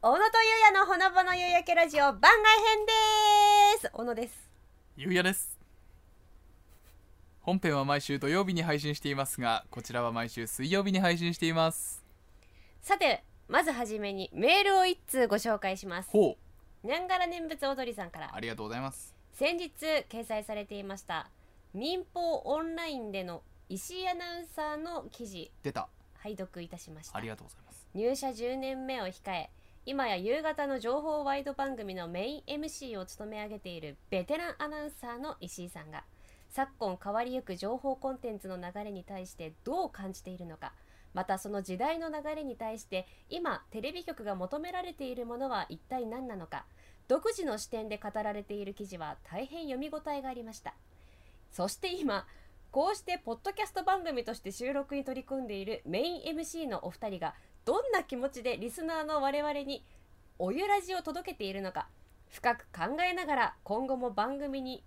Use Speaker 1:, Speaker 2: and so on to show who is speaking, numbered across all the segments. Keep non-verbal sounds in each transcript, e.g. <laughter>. Speaker 1: 小野とゆうやのほのぼの夕焼けラジオ番外編です小野です
Speaker 2: ゆうやです本編は毎週土曜日に配信していますがこちらは毎週水曜日に配信しています
Speaker 1: さてまずはじめにメールを一通ご紹介します
Speaker 2: ほう
Speaker 1: にゃんがら念仏踊りさんから
Speaker 2: ありがとうございます
Speaker 1: 先日掲載されていました民放オンラインでの石井アナウンサーの記事
Speaker 2: 出た
Speaker 1: 拝読いたしました
Speaker 2: ありがとうございます
Speaker 1: 入社10年目を控え今や夕方の情報ワイド番組のメイン MC を務め上げているベテランアナウンサーの石井さんが昨今変わりゆく情報コンテンツの流れに対してどう感じているのかまたその時代の流れに対して今テレビ局が求められているものは一体何なのか独自の視点で語られている記事は大変読み応えがありましたそして今こうしてポッドキャスト番組として収録に取り組んでいるメイン MC のお二人がどんな気持ちでリスナーの我々におゆらじを届けているのか深く考えながら今後も番組に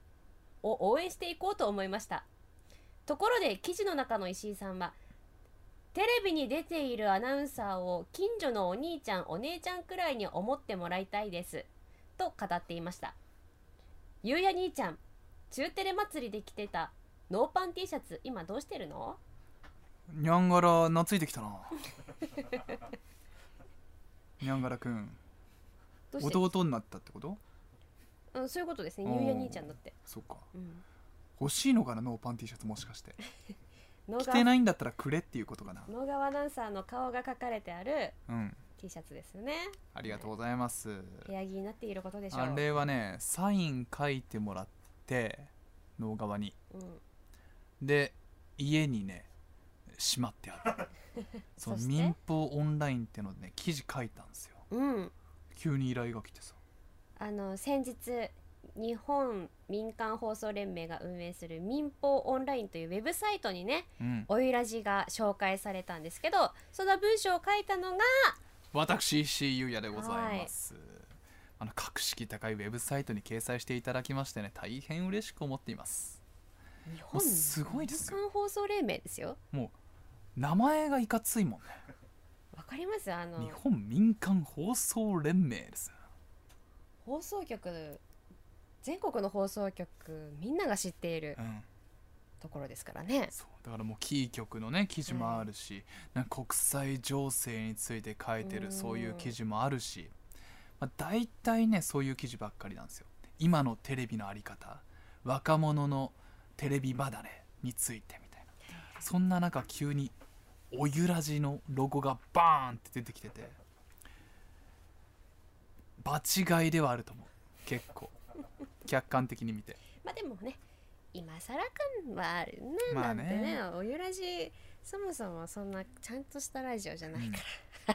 Speaker 1: を応援していこうと思いましたところで記事の中の石井さんはテレビに出ているアナウンサーを近所のお兄ちゃんお姉ちゃんくらいに思ってもらいたいですと語っていましたゆうや兄ちゃん中テレ祭りで着てたノーパン T シャツ今どうしてるの
Speaker 2: にゃんがら懐いてきた <laughs> なにゃんがらくん
Speaker 1: どうして
Speaker 2: 弟になったってこと
Speaker 1: うん、そういうことですねゆうや兄ちゃんだって、
Speaker 2: そっか
Speaker 1: うん、
Speaker 2: 欲しいのかなノーパン T シャツもしかして
Speaker 1: 野
Speaker 2: 着
Speaker 1: 川
Speaker 2: てないんだったらくれっていうことかな
Speaker 1: 野川アナウンサーの顔が描かれてある
Speaker 2: うん
Speaker 1: T シャツですよね
Speaker 2: ありがとうございます
Speaker 1: 部屋着になっていることでしょう
Speaker 2: あれはねサイン書いてもらって脳側に
Speaker 1: うん、
Speaker 2: で家にねしまって <laughs> あるその
Speaker 1: そして
Speaker 2: 民放オンラインってのでね記事書いたんですよ
Speaker 1: うん、
Speaker 2: 急に依頼が来てさ
Speaker 1: あの先日日本民間放送連盟が運営する民放オンラインというウェブサイトにね
Speaker 2: うん
Speaker 1: おゆらじが紹介されたんですけどその文章を書いたのが
Speaker 2: 私石井優也でございます、あの格式高いウェブサイトに掲載していただきましてね大変嬉しく思っています
Speaker 1: 日本
Speaker 2: もうすごいですよ
Speaker 1: 民間放送連盟ですよ
Speaker 2: 名前がいかついもん
Speaker 1: わかりますあの
Speaker 2: ね日本民間放送連盟です
Speaker 1: 放送局全国の放送局みんなが知っている
Speaker 2: うん
Speaker 1: ところですからね
Speaker 2: そうだからもうキー局のね記事もあるし、なんか国際情勢について書いて
Speaker 1: う
Speaker 2: る
Speaker 1: ん
Speaker 2: そういう記事もあるし、まあ、大体ねそういう記事ばっかりなんですよ今のテレビのあり方若者のテレビ離れについてみたいなそんな中急に「おゆらじ」のロゴがバーンって出てきてて場違いではあると思う結構客観的に見て
Speaker 1: まあでもね今更感はあるね,、
Speaker 2: まあ
Speaker 1: だ
Speaker 2: ね
Speaker 1: ってねおゆらじそもそもそんなちゃんとしたラジオじゃないか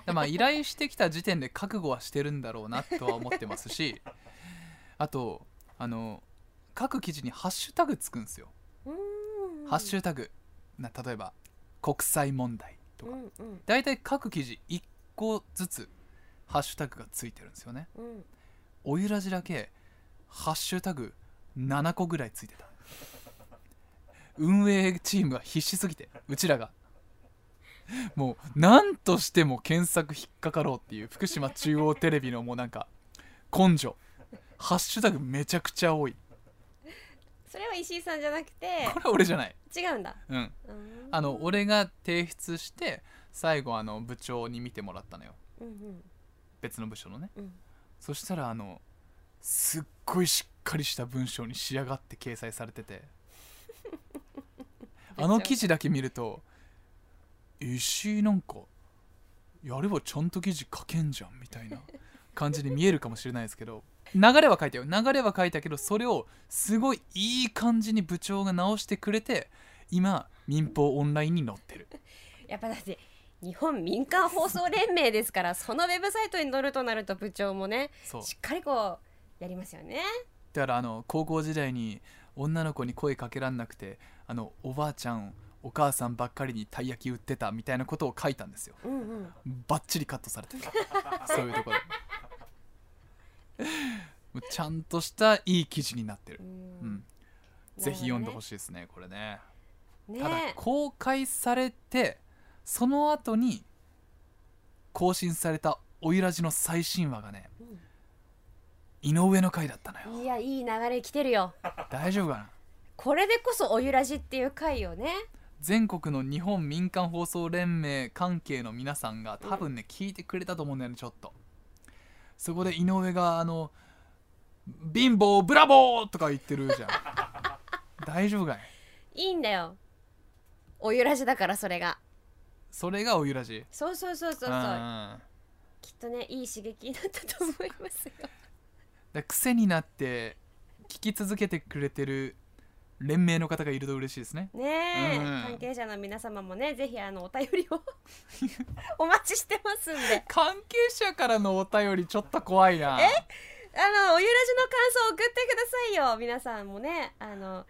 Speaker 2: うんまあ依頼してきた時点で覚悟はしてるんだろうなとは思ってますし <laughs> あとあの各記事にハッシュタグつくんですよ、
Speaker 1: ら、うーん
Speaker 2: ハッシュタグな例えば国際問題とか、
Speaker 1: うんうん
Speaker 2: 大体各記事1個ずつハッシュタグがついてるんですよね
Speaker 1: うん
Speaker 2: おゆらじだけハッシュタグ7個ぐらいついてた運営チームが必死すぎてうちらがもう何としても検索引っかかろうっていう福島中央テレビのもうなんか根性ハッシュタグめちゃくちゃ多い
Speaker 1: それは石井さんじゃなくて
Speaker 2: これ俺じゃない
Speaker 1: 違うんだ
Speaker 2: うん
Speaker 1: うーん
Speaker 2: あの俺が提出して最後あの部長に見てもらったのよ
Speaker 1: うんうん
Speaker 2: 別の部署のね
Speaker 1: うん
Speaker 2: そしたらあのすっごいしっかりした文章に仕上がって掲載されててあの記事だけ見ると石井なんかやればちゃんと記事書けんじゃんみた
Speaker 1: <laughs>
Speaker 2: いな感じに見えるかもしれないですけど流れは書いたよ流れは書いたけどそれをすごいいい感じに部長が直してくれて今民放オンラインに載ってる
Speaker 1: やっぱだって日本民間放送連盟ですからそのウェブサイトに載るとなると部長もね
Speaker 2: そう
Speaker 1: しっかりこうやりますよね
Speaker 2: だからあの高校時代に女の子に声かけらんなくてあのおばあちゃんお母さんばっかりにたい焼き売ってたみたいなことを書いたんですよ
Speaker 1: うんうん
Speaker 2: バッチリカットされてたそういうところもうちゃんとしたいい記事になってる
Speaker 1: う、
Speaker 2: うんん、ぜひ読んでほ
Speaker 1: し
Speaker 2: しいですねこれね
Speaker 1: いね
Speaker 2: ただ
Speaker 1: ね
Speaker 2: 公開されてその後に更新されたおいらじの最新話がね
Speaker 1: うん
Speaker 2: 井上の回だったのよ
Speaker 1: いやいい流れ来てるよ
Speaker 2: 大丈夫かな
Speaker 1: これでこそおゆらじっていう回をね
Speaker 2: 全国の日本民間放送連盟関係の皆さんが多分ね、聞いてくれたと思うんだよねちょっとそこで井上があの「貧乏ブラボー!」とか言ってるじゃん
Speaker 1: <laughs>
Speaker 2: 大丈夫かい
Speaker 1: いいんだよおゆらじだからそれが
Speaker 2: それがおゆらじ
Speaker 1: そうそうそうそう
Speaker 2: う
Speaker 1: そうんきっとねいい刺激になったと思います <laughs> よ
Speaker 2: だ癖になって聞き続けてくれてる連盟の方がいると嬉しいですね
Speaker 1: ねえ、
Speaker 2: うん
Speaker 1: 関係者の皆様もねぜひあのお便りを <laughs> お待ちしてますん <laughs> で
Speaker 2: 関係者からのお便りちょっと怖いな
Speaker 1: あのおゆらじの感想を送ってくださいよ皆さんもねあの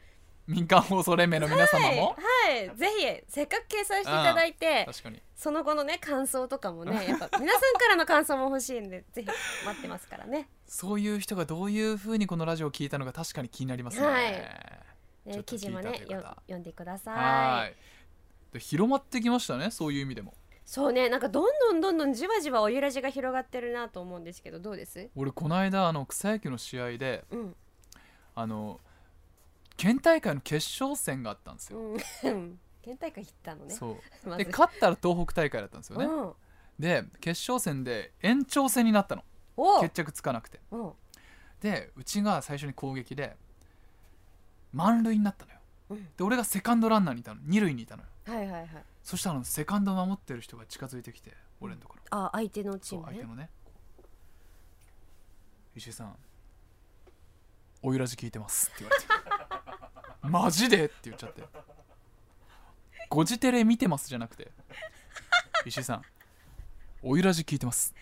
Speaker 2: 民間放送連盟の皆様も、
Speaker 1: はい、はい、ぜひせっかく掲載していただいて
Speaker 2: 確かに
Speaker 1: その後のね感想とかもねやっぱ皆さんからの感想も欲しいんでぜひ待ってますからね
Speaker 2: そういう人がどういうふうにこのラジオを聞いたのか確かに気になりますね。
Speaker 1: はい
Speaker 2: ちょ
Speaker 1: ね
Speaker 2: っと
Speaker 1: 記事も
Speaker 2: 聞
Speaker 1: ね
Speaker 2: いたという
Speaker 1: よ
Speaker 2: 方
Speaker 1: 読んでください
Speaker 2: はーいで広まってきましたねそういう意味でも。
Speaker 1: そうねなんかどんどんどんどんじわじわおゆらじが広がってるなと思うんですけどどうです
Speaker 2: 俺この間あの草野球の試合で
Speaker 1: うん
Speaker 2: あの県大会の決勝戦があったんです
Speaker 1: う
Speaker 2: よ。
Speaker 1: ん
Speaker 2: <laughs>
Speaker 1: 県大会行ったのね
Speaker 2: そ
Speaker 1: <laughs>
Speaker 2: う
Speaker 1: ま
Speaker 2: で
Speaker 1: ず
Speaker 2: 勝ったら東北大会だったんですよね。
Speaker 1: うん
Speaker 2: で決勝戦で延長戦になったの
Speaker 1: おう
Speaker 2: 決着つかなくて。
Speaker 1: うん
Speaker 2: でうちが最初に攻撃で満塁になったのよ。
Speaker 1: うん
Speaker 2: で俺がセカンドランナーにいたの二塁にいたのよ。
Speaker 1: はいはいはい
Speaker 2: そしたらあのセカンド守ってる人が近づいてきて俺のところ。
Speaker 1: あ相手のチ
Speaker 2: そう
Speaker 1: ーム
Speaker 2: 相手
Speaker 1: ね
Speaker 2: のねこう石井さん「おいらじ聞いてます」って言われて
Speaker 1: <laughs>
Speaker 2: 「マジで?」って言っちゃって「ゴジテレ見てます」じゃなくて「石井さんおいらじ聞いてます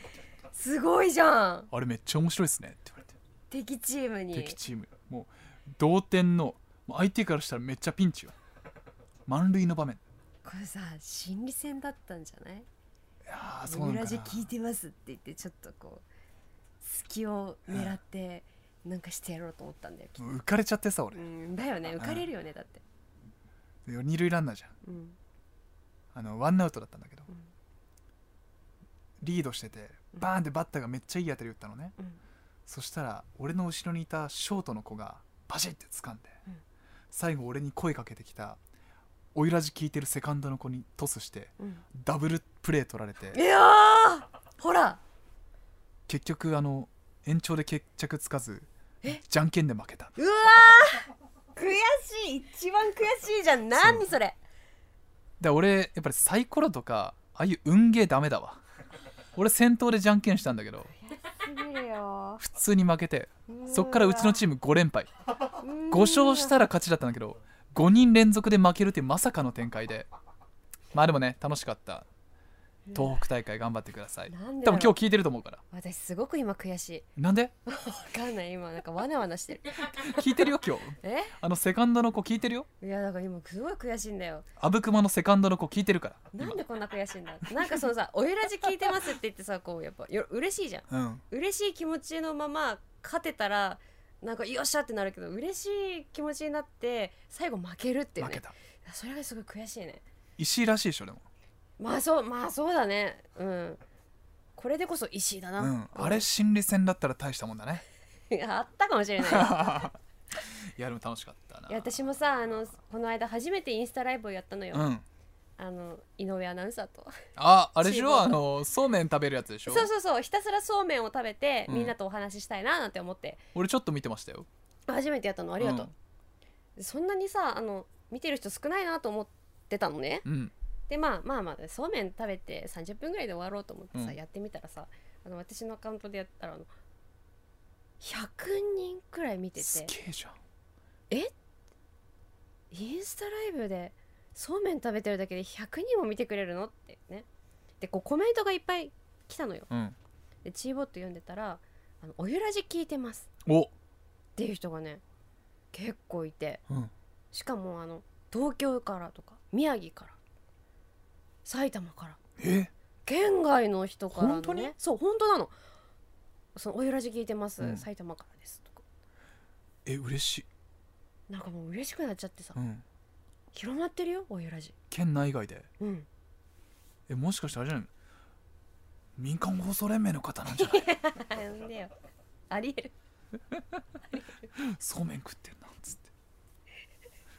Speaker 1: すごいじゃん
Speaker 2: あれめっちゃ面白いですね」って言われて
Speaker 1: 敵チームに
Speaker 2: 敵チームもう同点のもう相手からしたらめっちゃピンチよ満塁の場面
Speaker 1: これさ心理戦だったんじゃない
Speaker 2: いやーそうな
Speaker 1: オ
Speaker 2: の
Speaker 1: ラ
Speaker 2: か
Speaker 1: ジ
Speaker 2: な
Speaker 1: 聞いてますって言ってちょっとこう隙を狙ってなんかしてやろうと思ったんだよ、きっと
Speaker 2: もう浮かれちゃってさ俺
Speaker 1: うん、だよね浮かれるよねだって、
Speaker 2: で二塁ランナーじゃん
Speaker 1: うん
Speaker 2: あのワンアウトだったんだけど、
Speaker 1: うん
Speaker 2: リードしててバーンってバッターがめっちゃいい当たり打ったのね、
Speaker 1: うん
Speaker 2: そしたら俺の後ろにいたショートの子がバシッて掴んで、
Speaker 1: うん
Speaker 2: 最後俺に声かけてきたおいらじ聞いてるセカンドの子にトスして
Speaker 1: うん、
Speaker 2: ダブルプレー取られて
Speaker 1: いやーほら
Speaker 2: 結局あの延長で決着つかずじゃんけんで負けた
Speaker 1: うわー悔しい一番悔しいじゃん何それ
Speaker 2: で俺やっぱりサイコロとかああいう運ゲーダメだわ
Speaker 1: <laughs>
Speaker 2: 俺先頭でじゃんけんしたんだけど
Speaker 1: すぎるよ
Speaker 2: 普通に負けてそっからうちのチーム5連敗5勝したら勝ちだったんだけど5人連続で負けるっていうまさかの展開でまあでもね楽しかった東北大会頑張ってください
Speaker 1: なんで
Speaker 2: 多
Speaker 1: だ
Speaker 2: 分
Speaker 1: ろう
Speaker 2: 今日聞いてると思うから
Speaker 1: 私すごく今悔しい
Speaker 2: なんで
Speaker 1: わかんない今なんかわなわなしてる
Speaker 2: 聞いてるよ今日
Speaker 1: え
Speaker 2: あのセカンドの子聞いてるよ
Speaker 1: いやだから今すごい悔しいんだよ
Speaker 2: 阿武隈のセカンドの子聞いてるか
Speaker 1: な
Speaker 2: ら
Speaker 1: んでこんな悔しいんだなんかそのさ「おゆらじ聞いてます」って言ってさこうやっぱよ嬉しいじゃん
Speaker 2: 今うん
Speaker 1: 嬉しい気持ちのまま勝てたらなんかよっしゃってなるけど嬉しい気持ちになって最後負けるっていう
Speaker 2: 負
Speaker 1: ね
Speaker 2: けた
Speaker 1: それがすごい悔しいね
Speaker 2: 石井らしいでしょでも
Speaker 1: まあそうまあそうだねうんこれでこそ石井だ
Speaker 2: う
Speaker 1: な、
Speaker 2: んあれ心理戦だったら大したもんだね <laughs>
Speaker 1: い <laughs> やあったかもしれない
Speaker 2: いやでも楽しかったない
Speaker 1: や私もさあのこの間初めてインスタライブをやったのよ、
Speaker 2: うん
Speaker 1: あの井上アナウンサーと
Speaker 2: ああれでし
Speaker 1: チー
Speaker 2: ょ
Speaker 1: ム
Speaker 2: あのそうめん食べるやつでしょ
Speaker 1: そうそうそうひたすらそうめんを食べて、
Speaker 2: うん
Speaker 1: みんなとお話ししたいななんて思って
Speaker 2: 俺ちょっと見てましたよ
Speaker 1: 初めてやったのありがとう、そんなにさあの見てる人少ないなと思ってたのね
Speaker 2: うん
Speaker 1: でまあまあまあそうめん食べて30分ぐらいで終わろうと思ってさ、
Speaker 2: うん
Speaker 1: やってみたらさあの私のアカウントでやったらあの100人くらい見て
Speaker 2: す
Speaker 1: て
Speaker 2: げえじゃん
Speaker 1: インスタライブでそうめん食べてるだけで100人も見てくれるのってねでこうコメントがいっぱい来たのよ
Speaker 2: うん
Speaker 1: でチーボット読んでたら「あのおゆらじ聞いてます」
Speaker 2: お
Speaker 1: っていう人がね結構いて
Speaker 2: うん
Speaker 1: しかもあの東京からとか宮城から埼玉から
Speaker 2: え
Speaker 1: 県外の人からの、ね、
Speaker 2: 本当に
Speaker 1: そう本当なのそのおゆらじ聞いてます、
Speaker 2: うん
Speaker 1: 埼玉からですとか
Speaker 2: え嬉しい
Speaker 1: なんかもう嬉しくなっちゃってさ、
Speaker 2: うん
Speaker 1: 広まってるよおゆらじ <laughs>
Speaker 2: 県内外で
Speaker 1: うん
Speaker 2: えもしかしてあれじゃない民間放送連盟の方なんじ
Speaker 1: <laughs>
Speaker 2: ゃない
Speaker 1: なんでよありえる
Speaker 2: そうめん食ってんなっつっ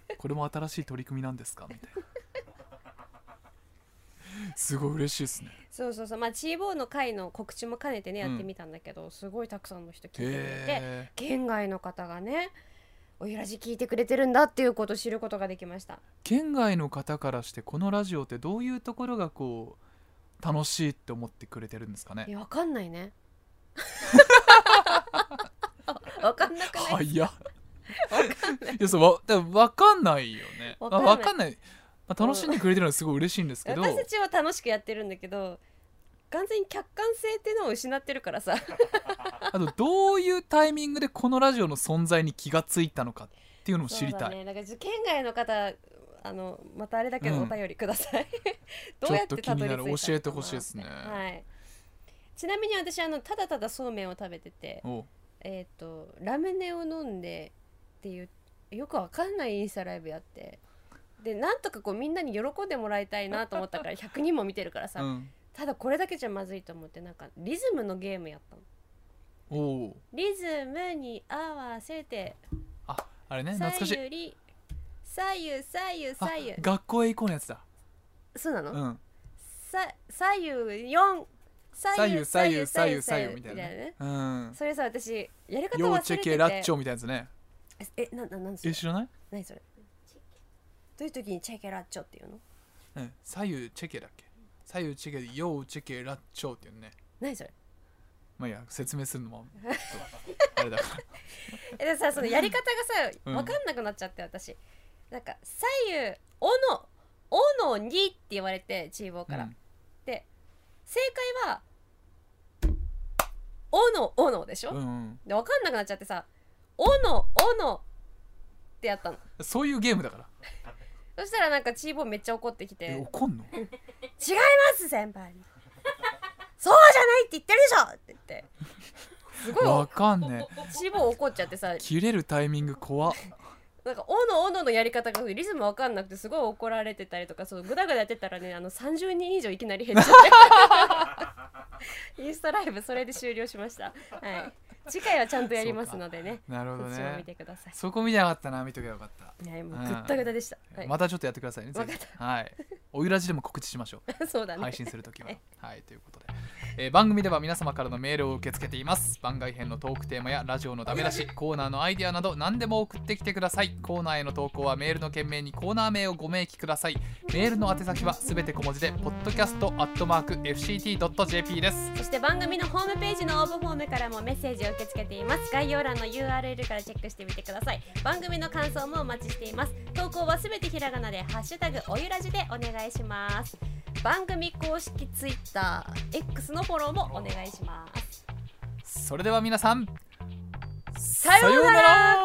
Speaker 2: てこれも新しい取り組みなんですかみたいなすごい嬉しいですね
Speaker 1: そうそうそうまあチーボーの会の告知も兼ねてね
Speaker 2: うん
Speaker 1: やってみたんだけど、すごいたくさんの人聞いてくれて
Speaker 2: へえ
Speaker 1: 県外の方がねおゆらじ聞いてくれてるんだっていうことを知ることができました
Speaker 2: 県外の方からしてこのラジオってどういうところがこう楽しいって思ってくれてるんですか
Speaker 1: い
Speaker 2: ね
Speaker 1: やわかんない
Speaker 2: <laughs>
Speaker 1: ねわかんなくない、
Speaker 2: 早っいやそうわだからわかんないよね
Speaker 1: わ
Speaker 2: わ
Speaker 1: か
Speaker 2: か
Speaker 1: ん
Speaker 2: ん
Speaker 1: な
Speaker 2: ないい,、まあ、楽しんでくれてるのはすごい嬉しいんですけど
Speaker 1: 私たちは楽しくやってるんだけど完全に客観性っていうのを失ってるからさ
Speaker 2: あとどういうタイミングでこのラジオの存在に気がついたのかっていうのも知り
Speaker 1: そ
Speaker 2: た
Speaker 1: う
Speaker 2: い、
Speaker 1: だねだから県外の方あのまたあれだけど
Speaker 2: うん
Speaker 1: お便りください、
Speaker 2: <laughs> ち
Speaker 1: ど
Speaker 2: ょ
Speaker 1: うやっ
Speaker 2: ってと
Speaker 1: た
Speaker 2: 気
Speaker 1: ど
Speaker 2: に
Speaker 1: り着いた
Speaker 2: なる
Speaker 1: のかな
Speaker 2: 教えてほしいですね、
Speaker 1: はい、ちなみに私あのただただそうめんを食べてて、
Speaker 2: おう
Speaker 1: えー、とラムネを飲んでっていうよくわかんないインスタライブやってでなんとかこうみんなに喜んでもらいたいなと思った
Speaker 2: <laughs>
Speaker 1: から100人も見てるからさ、
Speaker 2: うん、
Speaker 1: ただこれだけじゃまずいと思ってなんかリズムのゲームやったの。
Speaker 2: おう
Speaker 1: リズムに合わせて
Speaker 2: ああれね懐かし
Speaker 1: 左右
Speaker 2: い
Speaker 1: り左右左右
Speaker 2: あ
Speaker 1: 左右
Speaker 2: 学校へ行こうのやつだ
Speaker 1: そうなの、
Speaker 2: うん
Speaker 1: さ左右4左右左
Speaker 2: 左
Speaker 1: 右
Speaker 2: 右
Speaker 1: 左
Speaker 2: 左
Speaker 1: 右左
Speaker 2: 右左
Speaker 1: 右み
Speaker 2: 右み
Speaker 1: た
Speaker 2: た
Speaker 1: い
Speaker 2: い
Speaker 1: な
Speaker 2: な
Speaker 1: ね
Speaker 2: うん
Speaker 1: それさ私やり方
Speaker 2: 幼
Speaker 1: 忘れ
Speaker 2: 稚
Speaker 1: て
Speaker 2: 系
Speaker 1: て
Speaker 2: ラッチョみたいなやつね
Speaker 1: えなななんそ
Speaker 2: え
Speaker 1: れ
Speaker 2: 知らない、
Speaker 1: 何それどういう時にチェケラッチョっていうの
Speaker 2: うん、左右チェケだっけ左右チェケで幼チェケラッチョっていうね
Speaker 1: 何それ
Speaker 2: まあいいや説明するのもちょっとあれだ
Speaker 1: <laughs>
Speaker 2: から
Speaker 1: えでさそのやり方がさ
Speaker 2: うん
Speaker 1: 分かんなくなっちゃって私なんか左右「おの」「おのに」って言われてチーボーから、
Speaker 2: うん
Speaker 1: で正解は「おのおの」でしょ、
Speaker 2: うんうん、
Speaker 1: で分かんなくなっちゃってさ「おのおの」ってやったの
Speaker 2: そういうゲームだから、
Speaker 1: そしたらなんかチーボーめっちゃ怒ってきて「
Speaker 2: え
Speaker 1: 違い
Speaker 2: 怒んの
Speaker 1: ます先輩」 <laughs> そうじゃないって言ってるでしょ!」って言ってすごい
Speaker 2: わかん
Speaker 1: <laughs>
Speaker 2: ね
Speaker 1: チーボー怒っちゃってさ
Speaker 2: え切れるタイミング怖っ
Speaker 1: なんか「おのおの」のやり方がリズムわかんなくてすごい怒られてたりとかそうグダグダやってたらねあの30人以上いきなり減っちゃって <laughs> インスタライブそれで終了しました、はい、次回はちゃんとやりますのでね
Speaker 2: なるほ
Speaker 1: そっ
Speaker 2: ど
Speaker 1: ちも見
Speaker 2: ね
Speaker 1: てください
Speaker 2: そこ見なかったな見とけばよかった
Speaker 1: はい、もうぐったぐたでした。はい、
Speaker 2: またちょっとやってくださいね。ぜひ
Speaker 1: わか
Speaker 2: はい。おゆらじでも告知しましょ
Speaker 1: <laughs> <laughs>
Speaker 2: う。
Speaker 1: そうだね。
Speaker 2: 配信するときは。はい、ということで、えー番組では皆様からのメールを受け付けています。番外編のトークテーマやラジオのダメ出し、コーナーのアイディアなど何でも送ってきてください。コーナーへの投稿はメールの件名にコーナー名をご明記ください。メールの宛先はすべて小文字で、podcast.fct.jp です。
Speaker 1: そして番組のホームページの応募フォームからもメッセージを受け付けています。概要欄の URL からチェックしてみてください。番組の感想もお待ちしています。投稿はすべてひらがなでハッシュタグおゆらじでお願いします。番組公式ツイッター X のフォローもお願いします。
Speaker 2: それでは皆さん、
Speaker 1: さようなら。